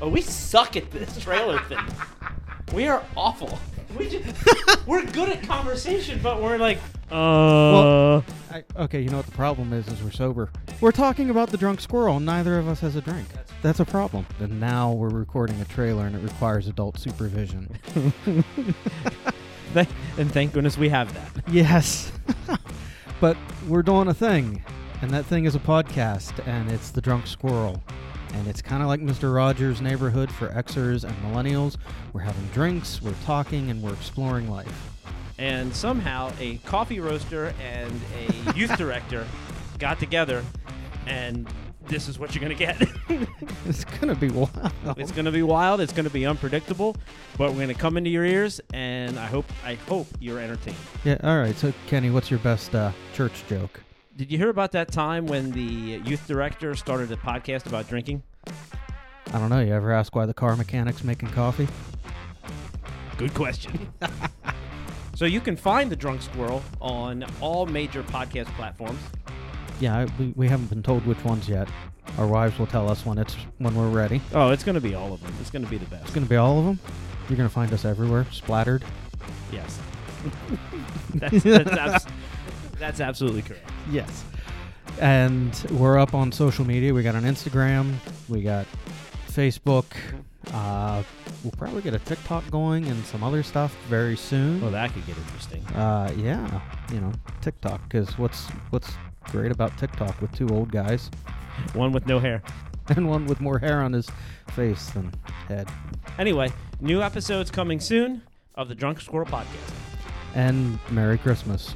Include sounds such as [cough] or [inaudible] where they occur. Oh, we suck at this trailer thing. We are awful. [laughs] We just, we're good at conversation, but we're like, uh. Well- I, okay, you know what the problem is? Is we're sober. We're talking about the drunk squirrel. and Neither of us has a drink. That's a problem. And now we're recording a trailer, and it requires adult supervision. Thank- and thank goodness we have that. yes, [laughs] but we're doing a thing, and that thing is a podcast, and it's the drunk squirrel. And it's kind of like Mr. Rogers' neighborhood for Xers and millennials. We're having drinks, we're talking, and we're exploring life. [laughs] And somehow a coffee roaster and a youth director got together, and this is what you're going to get. [laughs] It's gonna be [laughs] wild. It's going to be wild. It's going to be unpredictable, but we're going to come into your ears, and I hope I hope you're entertained. Yeah. All right. So, Kenny, what's your best uh, church joke? Did you hear about that time when the youth director started a podcast about drinking? I don't know. You ever ask why the car mechanic's making coffee? Good question. [laughs] so you can find the Drunk Squirrel on all major podcast platforms. Yeah, I, we, we haven't been told which ones yet. Our wives will tell us when it's when we're ready. Oh, it's going to be all of them. It's going to be the best. It's gonna be all of them. You're gonna find us everywhere, splattered. Yes. [laughs] that's, that's, abs- that's absolutely correct. Yes. And we're up on social media. We got an Instagram. We got Facebook. Uh, we'll probably get a TikTok going and some other stuff very soon. Well, Oh, that could get interesting. Uh, yeah, you know TikTok. Because what's what's great about TikTok with two old guys One with no hair. [laughs] and one with more hair on his face than head. Anyway, new episodes coming soon of the Drunk Squirrel podcast. And Merry Christmas.